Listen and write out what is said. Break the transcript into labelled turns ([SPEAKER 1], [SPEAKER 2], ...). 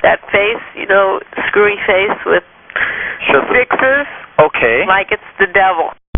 [SPEAKER 1] that face, you know, screwy face with
[SPEAKER 2] Should-
[SPEAKER 1] fixes,
[SPEAKER 2] Okay.
[SPEAKER 1] like it's the devil.